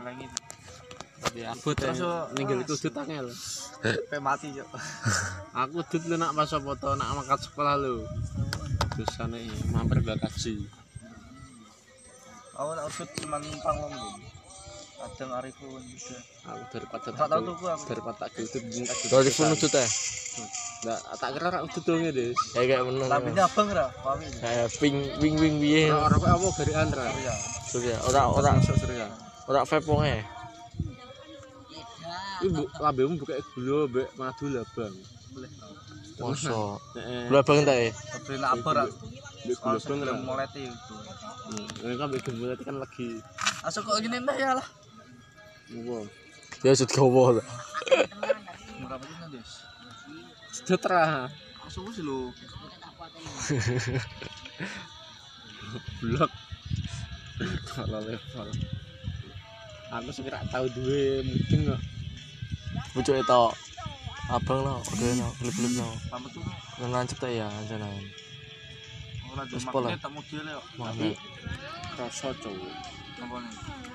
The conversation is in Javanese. langit. Aku teh ninggal itu udut angel. Pe mati yo. Aku udut lu nak pas apa to nak makan sekolah lu. Dosane mampir gak kaji. Aku nak usut cuman numpang wong lho. Kadang arifun bisa. Aku daripada Tak tahu tuku aku. daripada aku itu bingung tak Kalau di pun ya. Nggak, tak kira rak udut dong ya, Des. Ya kayak bener. Tapi ini abang ra, pawi. Kayak ping wing wing biye. Ora kok apa dari Andra. Iya. Surya, ora ora Masuk surya. ora vape wonge. Ibu lambemu buka gulo mbek madu labang. Boleh. Moso. Heeh. Lu abang tak ya? Tapi nak abang ra. Mbek gulo Kalau sebelum labang. molete itu. Hmm. Ini kan mbek gembulat kan lagi Asal kok gini dah ya lah. ngopo. Ya sud gowo lho. Berapa sih nandes? Sejahtera. Asal sih lu. blok kalau level aku sekira tahu duwe mungkin kok Pucuke tok. Abang lo, udah no, klip-klip no. Sama tuh. Lu nancep tak ya anjaran. Ora Terus jumak pola. tak model yo. Mati. rasa cowok Apa nih?